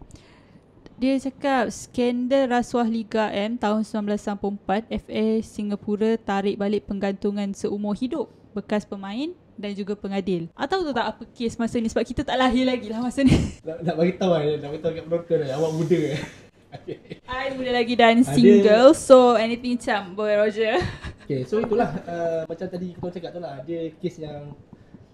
[SPEAKER 1] Dia cakap skandal rasuah Liga M tahun 1994 FA Singapura tarik balik penggantungan seumur hidup bekas pemain dan juga pengadil. Atau tahu tak apa kes masa ni sebab kita tak lahir lagi lah masa ni.
[SPEAKER 3] nak, nak bagi tahu eh nak bagi tahu kat penonton eh awak muda eh Okay.
[SPEAKER 1] I muda lagi dan
[SPEAKER 3] Ada-
[SPEAKER 1] single so anything macam boleh Roger.
[SPEAKER 3] okay so itulah uh, macam tadi kita cakap tu lah ada kes yang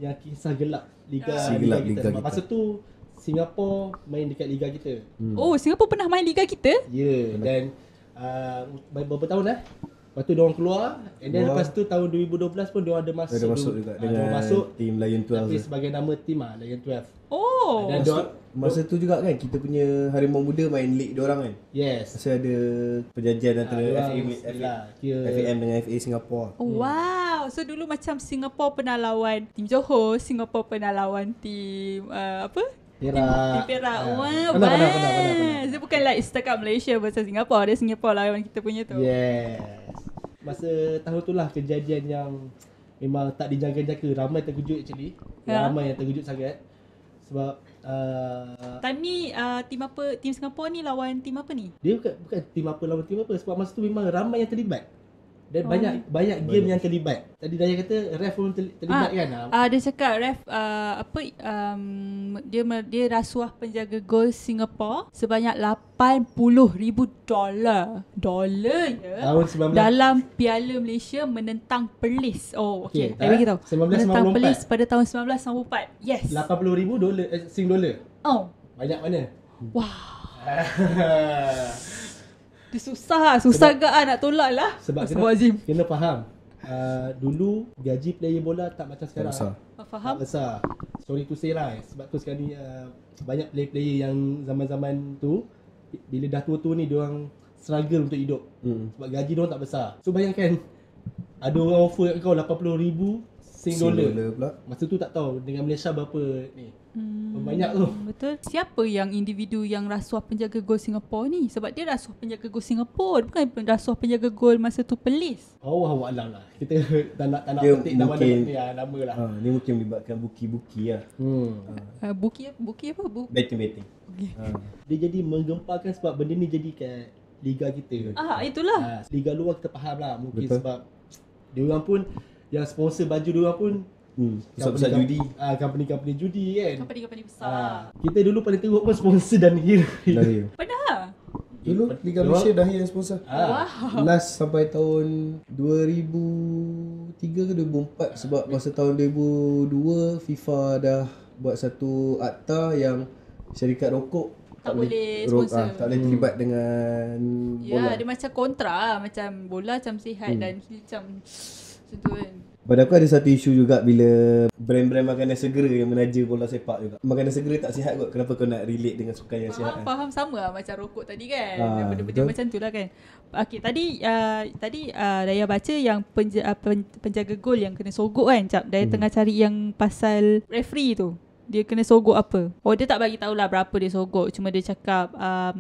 [SPEAKER 3] yang kisah gelap liga
[SPEAKER 2] Kisah
[SPEAKER 3] liga,
[SPEAKER 2] gelap
[SPEAKER 3] kita
[SPEAKER 2] liga
[SPEAKER 3] sebab
[SPEAKER 2] kita.
[SPEAKER 3] masa tu Singapura main dekat liga kita
[SPEAKER 2] Hmm.
[SPEAKER 1] Oh Singapura pernah main Liga kita?
[SPEAKER 3] Ya yeah, dan uh, beberapa tahun lah Lepas tu diorang keluar And then
[SPEAKER 2] Keluar.
[SPEAKER 3] lepas tu tahun 2012 pun diorang ada masuk
[SPEAKER 2] Ada masuk
[SPEAKER 3] dulu.
[SPEAKER 2] juga
[SPEAKER 3] Ah,
[SPEAKER 2] dengan
[SPEAKER 3] diorang masuk
[SPEAKER 2] tim Lion
[SPEAKER 3] Tapi
[SPEAKER 2] 12.
[SPEAKER 3] sebagai nama tim lah Lion 12
[SPEAKER 1] Oh.
[SPEAKER 3] Dan
[SPEAKER 2] Masa,
[SPEAKER 3] diorang
[SPEAKER 2] masa tu juga kan kita punya Harimau Muda main league diorang kan.
[SPEAKER 3] Yes
[SPEAKER 2] Masa ada perjanjian
[SPEAKER 3] Ah,
[SPEAKER 2] antara
[SPEAKER 3] diorang
[SPEAKER 2] FA,
[SPEAKER 3] yelah, kira-
[SPEAKER 2] FAM dengan FA Singapura.
[SPEAKER 3] Hmm.
[SPEAKER 1] Oh wow. So dulu macam Singapura pernah lawan tim Johor, Singapura pernah lawan tim uh, apa? Tim
[SPEAKER 3] Perak
[SPEAKER 1] Perak.
[SPEAKER 3] Ah.
[SPEAKER 1] Wow.
[SPEAKER 3] Pernah
[SPEAKER 1] best.
[SPEAKER 3] pernah pernah pernah, pernah.
[SPEAKER 1] Dia bukan like setakat Malaysia versus Singapura. Dia Singapura lawan kita punya tu.
[SPEAKER 3] Yes Masa tahun tu lah kejadian yang Memang tak dijaga-jaga Ramai terkejut actually
[SPEAKER 1] Ya.
[SPEAKER 3] Ramai yang terkejut sangat Sebab uh,
[SPEAKER 1] Time ni uh, tim apa? Tim Singapura ni lawan tim apa ni?
[SPEAKER 3] dia bukan bukan tim apa lawan tim apa sebab masa tu memang ramai yang terlibat dan banyak banyak game yang terlibat tadi Daya kata ref pun ter, terlibat kan ah,
[SPEAKER 1] Uh, dia cakap ref uh, apa um, dia me- dia rasuah penjaga gol Singapura sebanyak 80,000 dolar. Dolar ya.
[SPEAKER 3] tahun 19
[SPEAKER 1] dalam Piala Malaysia menentang Perlis. Oh, okey.
[SPEAKER 3] Okey,
[SPEAKER 1] Okay, bagi
[SPEAKER 3] eh,
[SPEAKER 1] tahu. Menentang
[SPEAKER 3] 1994.
[SPEAKER 1] Perlis pada tahun 1994. Yes.
[SPEAKER 3] 80,000 dolar eh, sing dolar
[SPEAKER 1] Oh.
[SPEAKER 3] banyak mana
[SPEAKER 1] Wah, dia susah. Susah gak ah nak tolak lah.
[SPEAKER 3] sebab kena,
[SPEAKER 1] Azim.
[SPEAKER 3] kena faham uh, dulu gaji player bola tak macam sekarang
[SPEAKER 2] besar.
[SPEAKER 3] tak
[SPEAKER 1] Faham?
[SPEAKER 3] besar sorry to say lah eh. sebab tu sekarang ni uh, banyak player-player yang zaman-zaman tu bila dah tua-tua ni diorang struggle untuk hidup
[SPEAKER 2] Hmm.
[SPEAKER 3] Sebab gaji diorang tak besar So bayangkan Ada orang offer kat kau RM80,000 Sing dollar.
[SPEAKER 2] pula.
[SPEAKER 3] Masa tu tak tahu dengan Malaysia berapa ni.
[SPEAKER 1] Hmm,
[SPEAKER 3] Banyak tu.
[SPEAKER 1] Betul. Siapa yang individu yang rasuah penjaga gol Singapura ni? Sebab dia rasuah penjaga gol Singapura. Bukan rasuah penjaga gol masa tu Perlis.
[SPEAKER 3] Allah Allah lah. Kita tak nak tak nak
[SPEAKER 2] Dia
[SPEAKER 3] petik nama
[SPEAKER 2] mungkin-
[SPEAKER 3] nama ni ah, nama lah.
[SPEAKER 2] Ha, ni mungkin melibatkan buki-buki lah.
[SPEAKER 3] Hmm.
[SPEAKER 1] Uh, buki, buki apa? Bu,
[SPEAKER 2] Betting-betting.
[SPEAKER 1] buki.
[SPEAKER 2] Ha.
[SPEAKER 3] Dia jadi menggemparkan sebab benda ni jadi kat liga kita.
[SPEAKER 1] Ah, itulah.
[SPEAKER 3] Ha, liga luar kita faham lah mungkin
[SPEAKER 2] Betul.
[SPEAKER 3] Betul. sebab dia orang pun yang sponsor baju dia orang pun
[SPEAKER 2] Hmm. Pusat-pusat judi.
[SPEAKER 3] Ah, company-company judi kan.
[SPEAKER 1] Company-company besar.
[SPEAKER 3] Ah, kita dulu paling teruk pun sponsor dan hero.
[SPEAKER 2] Dah ya.
[SPEAKER 3] Ah.
[SPEAKER 1] Pernah?
[SPEAKER 2] Dulu Liga
[SPEAKER 3] Dulu-
[SPEAKER 2] Malaysia dah yang sponsor.
[SPEAKER 3] Ah,
[SPEAKER 2] Last sampai tahun 2003 ke 2004 sebab masa tahun 2002 FIFA dah buat satu akta yang syarikat rokok
[SPEAKER 1] Tak boleh
[SPEAKER 2] ro-
[SPEAKER 1] sponsor.
[SPEAKER 2] ah, tak boleh terlibat dengan bola.
[SPEAKER 1] Ya, dia macam kontra lah. Macam bola macam sihat hmm. dan hil macam macam tu kan.
[SPEAKER 2] Pada aku ada satu isu juga bila brand-brand makanan segera yang menaja bola sepak juga. Makanan segera tak sihat kot. Kenapa kau nak relate dengan sukan yang sihat?
[SPEAKER 1] Faham,
[SPEAKER 2] kan?
[SPEAKER 1] faham sama lah macam rokok tadi kan.
[SPEAKER 2] Ah,
[SPEAKER 1] Ah, Benda-benda
[SPEAKER 2] betul.
[SPEAKER 1] macam tu lah kan. Okay, tadi uh, tadi uh, Daya baca yang penja, uh, pen, penjaga gol yang kena sogok kan. Cap, Daya hmm. tengah cari yang pasal referee tu. Dia kena sogok apa? Oh, dia tak bagi tahulah berapa dia sogok. Cuma dia cakap, um,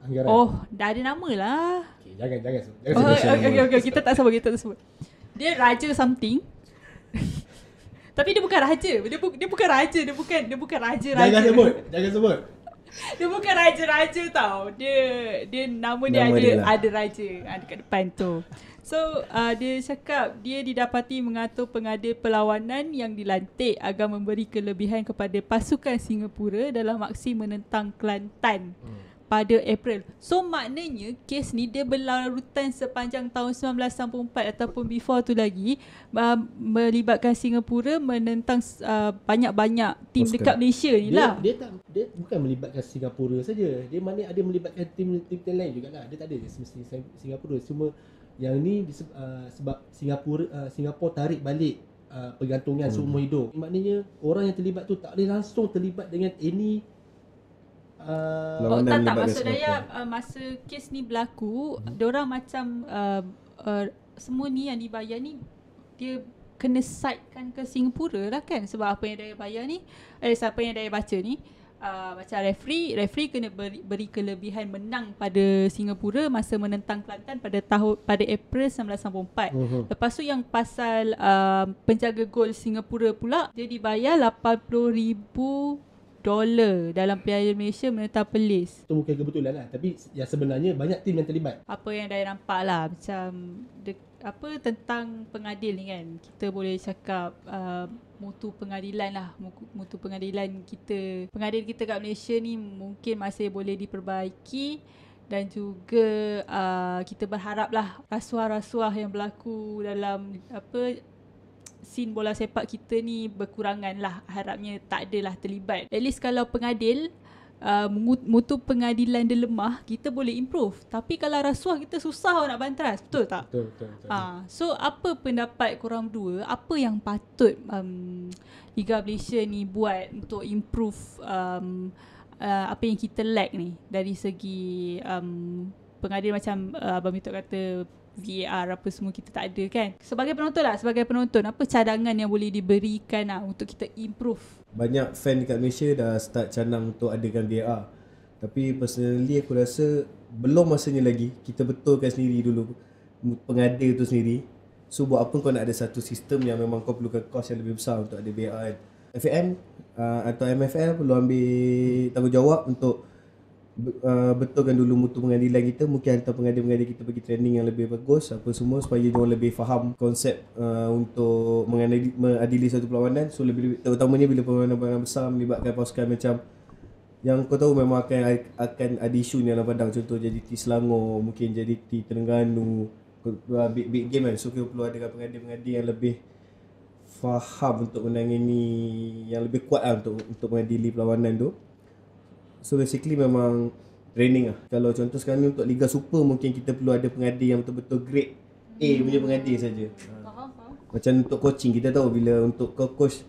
[SPEAKER 3] anggaran.
[SPEAKER 1] oh, dah ada nama lah.
[SPEAKER 3] Okay, jangan jangan sebut. Jangan
[SPEAKER 1] Oh,
[SPEAKER 3] sebut.
[SPEAKER 1] okay, okay, okay, kita tak sebut, kita tak sebut. Dia raja something. Tapi dia bukan raja. Dia, bu- dia bukan raja. Dia bukan dia bukan raja-raja.
[SPEAKER 3] Jangan sebut. Jangan sebut.
[SPEAKER 1] Dia bukan raja-raja tau. Dia dia nama dia
[SPEAKER 2] Nama
[SPEAKER 1] ada
[SPEAKER 2] dia lah.
[SPEAKER 1] ada raja ha, dekat depan tu. So uh, dia cakap dia didapati mengatur pengada perlawanan yang dilantik agar memberi kelebihan kepada pasukan Singapura dalam aksi menentang Kelantan
[SPEAKER 2] Hmm.
[SPEAKER 1] pada April. So maknanya kes ni dia berlarutan sepanjang tahun 1994 ataupun before tu lagi uh, melibatkan Singapura menentang uh, banyak-banyak tim
[SPEAKER 2] Pasukan.
[SPEAKER 1] dekat Malaysia ni
[SPEAKER 3] Dia,
[SPEAKER 1] lah.
[SPEAKER 3] dia tak dia bukan melibatkan Singapura saja. Dia mana ada melibatkan tim-tim lain jugalah. Dia tak ada je semestinya Sing- Singapura. Cuma yang ni diseb, uh, sebab Singapura uh, Singapura tarik balik uh, pergantungan hmm. seumur hidup. Maknanya orang yang terlibat tu tak boleh langsung terlibat dengan any uh,
[SPEAKER 1] Oh,
[SPEAKER 2] Lawanan
[SPEAKER 1] tak tak
[SPEAKER 2] melibatkan
[SPEAKER 1] maksud
[SPEAKER 2] semua
[SPEAKER 1] Daya uh, masa kes ni berlaku, mm-hmm. diorang macam uh, uh, semua ni yang dibayar ni dia kena sidekan ke Singapura lah kan sebab apa yang Daya bayar ni eh siapa yang Daya baca ni uh, macam referee referee kena beri, beri kelebihan menang pada Singapura masa menentang Kelantan pada tahun pada April 1994.
[SPEAKER 3] Mhm.
[SPEAKER 1] Lepas tu yang pasal uh, penjaga gol Singapura pula dia dibayar 80,000 dolar dalam Piala Malaysia menentang Perlis.
[SPEAKER 3] tu bukan kebetulan lah. Tapi yang sebenarnya banyak tim yang terlibat.
[SPEAKER 1] apa yang Daya nampak lah macam de, apa tentang pengadil ni kan kita boleh cakap uh, mutu pengadilan lah Muku- mutu pengadilan kita pengadil kita kat Malaysia ni mungkin masih boleh diperbaiki dan juga uh, kita berharap lah rasuah-rasuah yang berlaku dalam apa scene bola sepak kita ni berkurangan lah harapnya tak adalah terlibat at least kalau pengadil uh, mengu- mutu pengadilan dia lemah kita boleh improve tapi kalau rasuah kita susah nak banteras betul tak
[SPEAKER 3] Betul betul. betul.
[SPEAKER 1] Ha, so apa pendapat korang dua apa yang patut um, Liga Malaysia ni buat untuk improve um, uh, apa yang kita lack ni dari segi um, pengadil macam uh, Abang Mitok kata VAR apa semua kita tak ada kan sebagai penonton lah sebagai penonton apa cadangan yang boleh diberikan lah untuk kita improve
[SPEAKER 2] banyak fan dekat Malaysia dah start canang untuk adakan VAR. Tapi personally aku rasa belum masanya lagi kita betulkan sendiri dulu pengada tu sendiri. So buat apa kau nak ada satu sistem yang memang kau perlukan kos yang lebih besar untuk ada VAR kan. FAM uh, atau MFL perlu ambil tanggungjawab untuk be- uh, betulkan dulu mutu pengadilan kita mungkin hantar pengadil-pengadil kita pergi training yang lebih bagus apa semua supaya dia orang lebih faham konsep uh, untuk mengadili, mengadili satu perlawanan so lebih, lebih terutamanya bila perlawanan-perlawanan besar melibatkan pasukan macam yang kau tahu memang akan akan ada isu ni dalam padang contoh jadi T Selangor mungkin jadi T Terengganu Kau- uh, big, big game kan so kita perlu ada pengadil-pengadil yang lebih faham untuk menangani yang lebih kuat lah untuk untuk mengadili perlawanan tu So basically memang training lah. Kalau contoh sekarang ni untuk Liga Super mungkin kita perlu ada pengadil yang betul-betul grade A punya pengadil saja. Ha.
[SPEAKER 1] faham faham
[SPEAKER 2] Macam untuk coaching kita tahu bila untuk kau coach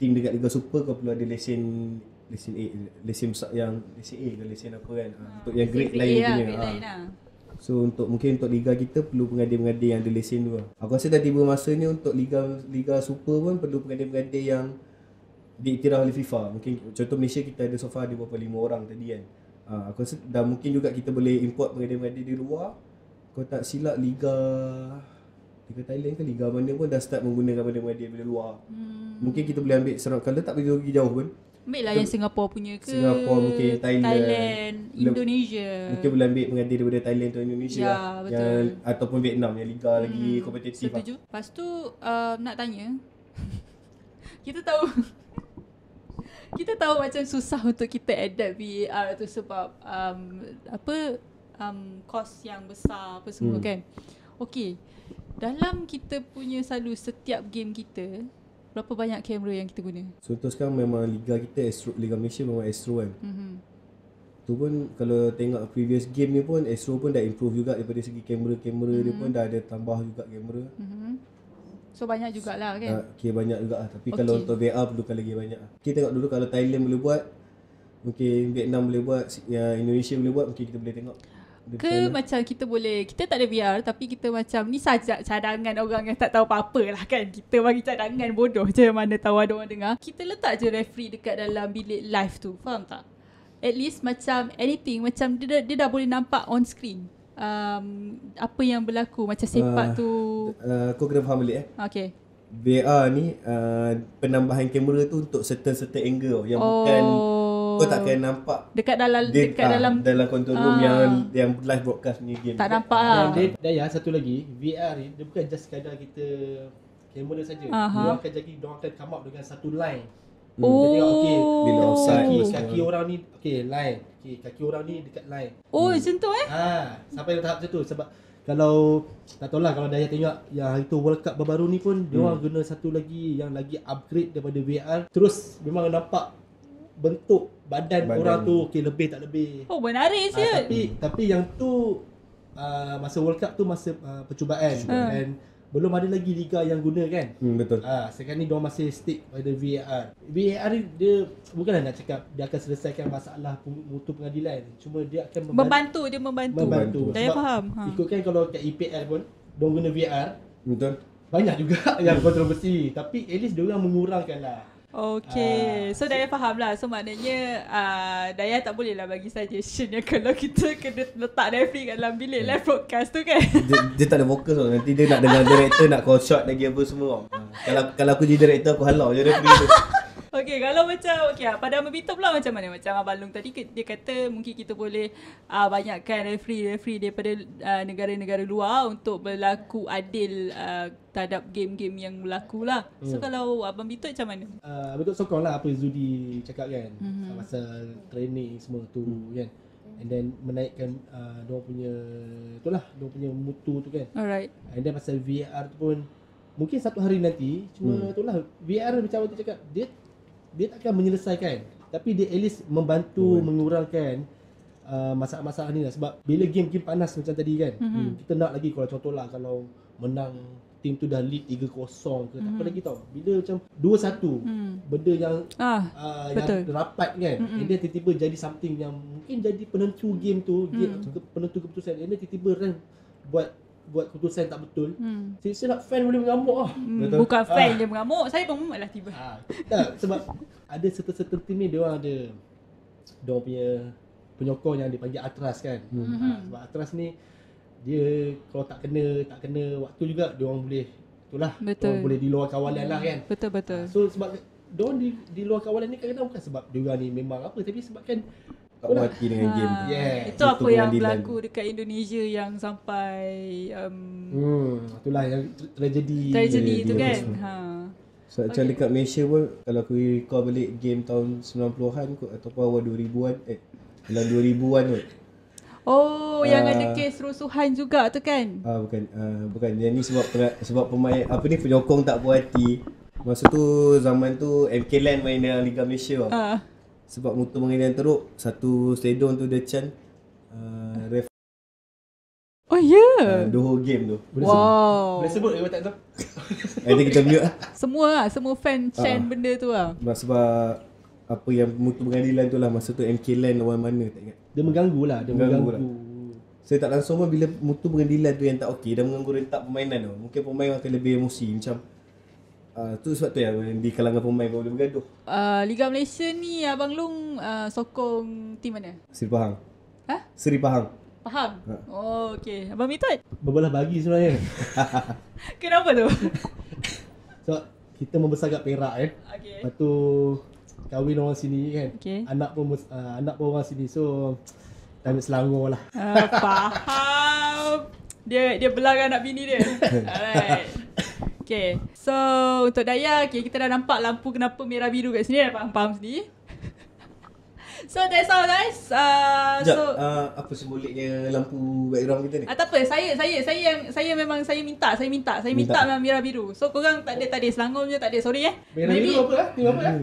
[SPEAKER 2] team dekat Liga Super kau perlu ada lesen lesen A lesen besar yang lesen A ke lesen apa kan ha. untuk yang grade
[SPEAKER 1] lah,
[SPEAKER 2] lain punya.
[SPEAKER 1] grade
[SPEAKER 2] Ha.
[SPEAKER 1] lain lah.
[SPEAKER 2] So untuk mungkin untuk liga kita perlu pengadil-pengadil yang ada lesen tu lah. Aku rasa dah tiba masanya untuk liga liga super pun perlu pengadil-pengadil yang diiktiraf oleh FIFA. Mungkin contoh Malaysia kita ada so far ada berapa lima orang tadi kan. Uh, aku rasa dah mungkin juga kita boleh import pengadil-pengadil di luar. Kau tak silap liga Liga Thailand ke liga mana pun dah start menggunakan pengadil-pengadil dari luar. Hmm. Mungkin kita boleh ambil serang kalau tak perlu pergi jauh pun.
[SPEAKER 1] Ambil lah yang Singapura punya ke
[SPEAKER 2] Singapura, mungkin Thailand.
[SPEAKER 1] Thailand
[SPEAKER 2] Leb-
[SPEAKER 1] Indonesia
[SPEAKER 2] Mungkin boleh ambil pengadil daripada Thailand atau Indonesia
[SPEAKER 1] Ya,
[SPEAKER 2] lah.
[SPEAKER 1] betul.
[SPEAKER 2] yang, Ataupun Vietnam yang liga hmm. lagi kompetitif lah.
[SPEAKER 1] Setuju Lepas tu uh, nak tanya Kita tahu Kita tahu macam susah untuk kita adapt VR tu sebab um, Apa um, Kos yang besar apa semua hmm. kan Okay Dalam kita punya selalu setiap game kita Berapa banyak kamera yang kita guna?
[SPEAKER 2] So untuk sekarang memang liga kita Astro, Liga Malaysia memang Astro kan.
[SPEAKER 1] Mm-hmm.
[SPEAKER 2] Tu pun kalau tengok previous game ni pun Astro pun dah improve juga daripada segi kamera-kamera hmm. dia pun dah ada tambah juga kamera.
[SPEAKER 1] Mm-hmm. So banyak jugalah kan?
[SPEAKER 2] Okay. okay banyak juga lah Tapi okay.
[SPEAKER 1] Okey.
[SPEAKER 2] kalau untuk VR perlukan lagi banyak lah. Kita tengok dulu kalau Thailand boleh buat Mungkin Vietnam boleh buat ya, Indonesia boleh buat Mungkin kita boleh tengok Dari
[SPEAKER 1] Ke
[SPEAKER 2] sana.
[SPEAKER 1] macam kita boleh Kita tak ada VR Tapi kita macam Ni saja cadangan orang yang tak tahu apa-apa lah kan Kita bagi cadangan bodoh je Mana tahu ada orang dengar Kita letak je referee dekat dalam bilik live tu Faham tak? At least macam anything Macam dia, dah- dia dah boleh nampak on screen um, Apa yang berlaku Macam sepak
[SPEAKER 2] Ah.
[SPEAKER 1] tu
[SPEAKER 2] uh, Kau kena faham balik eh
[SPEAKER 1] Okay
[SPEAKER 2] VR ni uh, Penambahan kamera tu untuk certain-certain angle tau, Yang oh. bukan Kau tak akan nampak
[SPEAKER 1] Dekat dalam
[SPEAKER 2] dia,
[SPEAKER 1] Dekat
[SPEAKER 2] ah,
[SPEAKER 1] dalam
[SPEAKER 2] dalam control room
[SPEAKER 1] Ah.
[SPEAKER 2] yang yang live broadcast punya game
[SPEAKER 1] Tak nampak lah
[SPEAKER 3] Dan dia, dan yang satu lagi, VR ni dia bukan just sekadar kita kamera saja.
[SPEAKER 1] Aha.
[SPEAKER 3] Dia akan jadi dia akan come up dengan satu line.
[SPEAKER 2] Hmm.
[SPEAKER 1] Oh
[SPEAKER 3] tengok, okay.
[SPEAKER 2] Bila offside kan. ni
[SPEAKER 3] Kaki,
[SPEAKER 1] Oh,
[SPEAKER 2] semua.
[SPEAKER 3] kaki orang ni okey line. Okey, kaki orang ni dekat line.
[SPEAKER 1] oh macam tu eh
[SPEAKER 3] Ha, sampai ke tahap macam tu sebab kalau tak tahulah kalau dah tengok yang hari tu World Cup baru ni pun dia orang guna satu lagi yang lagi upgrade daripada VR terus memang nampak bentuk badan,
[SPEAKER 2] Badan.
[SPEAKER 3] orang tu okey lebih tak lebih.
[SPEAKER 1] Oh menarik
[SPEAKER 3] Ah,
[SPEAKER 1] je
[SPEAKER 3] tapi tapi yang tu uh, masa World Cup tu masa uh, percubaan
[SPEAKER 1] Percubaan.
[SPEAKER 3] dan belum ada lagi liga yang guna kan.
[SPEAKER 2] hmm, Betul
[SPEAKER 3] Ah, sekarang ni dia masih stick pada VAR. VAR ni dia bukanlah nak cakap dia akan selesaikan masalah peng- mutu pengadilan, cuma dia akan membantu.
[SPEAKER 1] Membantu dia membantu
[SPEAKER 3] membantu.
[SPEAKER 1] Saya
[SPEAKER 3] Sebab
[SPEAKER 1] faham ha.
[SPEAKER 3] Ikutkan kalau kat EPL pun dia guna VR,
[SPEAKER 2] Betul
[SPEAKER 3] banyak juga yang kontroversi, tapi at least dia orang mengurangkan lah.
[SPEAKER 1] Okay,
[SPEAKER 3] Ah,
[SPEAKER 1] so Daya faham lah. So maknanya uh, Daya tak boleh lah bagi suggestion yang kalau kita kena letak referee kat dalam bilik
[SPEAKER 3] Hmm.
[SPEAKER 1] live broadcast tu kan.
[SPEAKER 2] dia, dia tak ada fokus tau Nanti dia nak dengan director Nak call shot lagi apa semua tau. Ah, Kalau kalau aku jadi director Aku halau je referee tu
[SPEAKER 1] Okay, kalau macam, okay, ah, pada Amabito pula macam mana? Macam Abang Long tadi, ke- dia kata mungkin kita boleh uh, banyakkan referee-referee daripada uh, negara-negara luar untuk berlaku adil uh, terhadap game-game yang berlaku lah. So
[SPEAKER 3] Hmm.
[SPEAKER 1] kalau Abang Bito macam mana?
[SPEAKER 3] Uh, betul sokong lah apa Zudi cakap kan
[SPEAKER 1] Mhm.
[SPEAKER 3] mm-hmm. pasal training semua tu
[SPEAKER 1] Hmm.
[SPEAKER 3] mm. kan and then menaikkan uh, dia punya itulah dia punya mutu tu kan
[SPEAKER 1] Alright.
[SPEAKER 3] And then pasal VR tu pun mungkin satu hari nanti cuma hmm. itulah VR macam aku cakap dia dia tak akan menyelesaikan tapi dia at least membantu hmm. mengurangkan uh, masalah-masalah ni lah sebab bila game-game panas macam tadi kan hmm. kita nak lagi kalau contohlah kalau menang tim tu dah lead 3-0 ke hmm. tak apa lagi tau bila macam 2-1 hmm. benda yang
[SPEAKER 1] Ah,
[SPEAKER 3] uh,
[SPEAKER 1] Betul.
[SPEAKER 3] yang rapat kan mm-hmm. and then tiba-tiba jadi something yang mungkin jadi penentu game tu
[SPEAKER 1] Mm.
[SPEAKER 3] game ke, penentu keputusan and then tiba-tiba Ren buat buat keputusan tak betul
[SPEAKER 1] hmm.
[SPEAKER 3] silap fan boleh mengamuk ah
[SPEAKER 1] Hmm,
[SPEAKER 2] Betul.
[SPEAKER 1] bukan fan dia mengamuk, saya pun mengamuk lah tiba.
[SPEAKER 3] ah tak sebab ada certain-certain team ni dia orang ada dia orang punya penyokong yang dipanggil Atras kan mm-hmm. ah, sebab Atras ni dia kalau tak kena tak kena waktu juga dia orang boleh itulah
[SPEAKER 1] Betul.
[SPEAKER 3] dia orang boleh di luar kawalan lah kan
[SPEAKER 1] Betul-betul.
[SPEAKER 3] So sebab Diorang di, di luar kawalan ni kadang-kadang bukan sebab diorang ni memang apa Tapi kan sebabkan
[SPEAKER 2] Tak puas hati dengan game
[SPEAKER 1] Ah,
[SPEAKER 3] Yes.
[SPEAKER 1] Itu
[SPEAKER 2] Itu
[SPEAKER 1] apa yang
[SPEAKER 2] pengadilan.
[SPEAKER 1] berlaku dekat Indonesia yang sampai um,
[SPEAKER 3] Hmm, itulah yang tra- tragedi
[SPEAKER 1] tragedi
[SPEAKER 2] dia-
[SPEAKER 1] tu
[SPEAKER 2] dia
[SPEAKER 1] kan.
[SPEAKER 2] macam-
[SPEAKER 1] Ha.
[SPEAKER 2] So macam
[SPEAKER 1] Okay.
[SPEAKER 2] dekat Malaysia pun Kalau aku recall balik Game tahun 90-an kot Ataupun awal 2000-an Eh Dalam 2000-an kot
[SPEAKER 1] Oh, yang
[SPEAKER 2] Ah.
[SPEAKER 1] ada kes rusuhan juga tu kan.
[SPEAKER 2] Ah bukan ah, bukan yang ni sebab penga- sebab pemain apa ni penyokong tak puas hati. Masa tu zaman tu MK Lan main dalam Liga Malaysia tau.
[SPEAKER 1] Ha.
[SPEAKER 2] Sebab mutu mengenai teruk satu stadium tu dia chant uh, ref
[SPEAKER 1] Oh ya. Yeah.
[SPEAKER 2] uh, the whole game tu.
[SPEAKER 1] Wow.
[SPEAKER 3] Boleh sebut kalau tak tahu
[SPEAKER 2] Nanti kita mute lah.
[SPEAKER 1] Semua lah, semua
[SPEAKER 2] Ah.
[SPEAKER 1] fan chant benda tu lah.
[SPEAKER 2] Sebab, sebab apa yang mutu pengadilan tu lah masa tu MK Lan lawan mana tak ingat.
[SPEAKER 3] Dia mengganggu lah Dia
[SPEAKER 2] Mengganggu
[SPEAKER 3] mengganggu,
[SPEAKER 2] Saya tak langsung pun bila mutu pengendilan tu yang tak okey dah mengganggu rentak permainan tu. Mungkin pemain akan lebih emosi macam uh, tu sebab tu yang di kalangan pemain boleh bergaduh.
[SPEAKER 1] Uh, Liga Malaysia ni Abang Long uh, sokong tim mana?
[SPEAKER 2] Seri Pahang.
[SPEAKER 1] Hah?
[SPEAKER 2] Seri Pahang.
[SPEAKER 1] Faham?
[SPEAKER 2] Ha.
[SPEAKER 1] Oh, okay. Abang Mitot,
[SPEAKER 3] Berbelah bagi sebenarnya.
[SPEAKER 1] kenapa tu?
[SPEAKER 3] Sebab kita membesar kat Perak eh.
[SPEAKER 1] okay.
[SPEAKER 3] Lepas tu kahwin orang sini kan.
[SPEAKER 1] Okay.
[SPEAKER 3] Anak pun bes- uh, anak pun orang sini. So ambil Selangor lah.
[SPEAKER 1] Uh, faham. Dia dia belakang anak bini dia. Alright. Okay. So, untuk Daya, okay, kita dah nampak lampu kenapa merah biru kat sini. Dah faham-faham sendiri. so, that's all guys. Uh,
[SPEAKER 2] Sekejap,
[SPEAKER 1] so,
[SPEAKER 2] uh, apa simboliknya lampu background kita ni?
[SPEAKER 1] Ah, tak apa, saya saya saya yang saya memang saya minta, saya minta, saya minta,
[SPEAKER 2] Minta.
[SPEAKER 1] memang merah biru. So korang tak ada tak ada Selangor je tak ada. Sorry eh.
[SPEAKER 3] Merah
[SPEAKER 1] Maybe-
[SPEAKER 3] biru apa lah? Tim apa lah?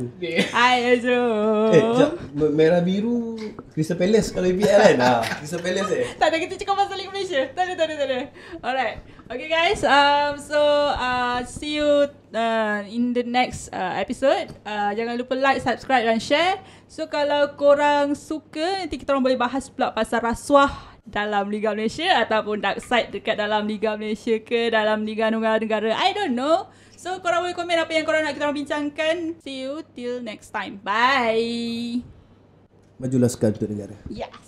[SPEAKER 1] Hai Azro.
[SPEAKER 2] Eh, sekejap. Me- Merah biru Crystal Palace kalau EPL kan? ha, Crystal Palace eh.
[SPEAKER 1] tak ada kita cakap pasal Liga Malaysia. Tak ada tak ada tak ada. Alright. Okay guys, um so uh see you uh, in the next uh, episode. Uh, jangan lupa like, subscribe dan share. So kalau korang suka nanti kita orang boleh bahas pula pasal rasuah dalam Liga Malaysia ataupun dark side dekat dalam Liga Malaysia ke dalam Liga Negara-Negara. I don't know. So korang boleh komen apa yang korang nak kita orang bincangkan. See you till next time. Bye.
[SPEAKER 2] Majulah sekali untuk negara.
[SPEAKER 1] Yes.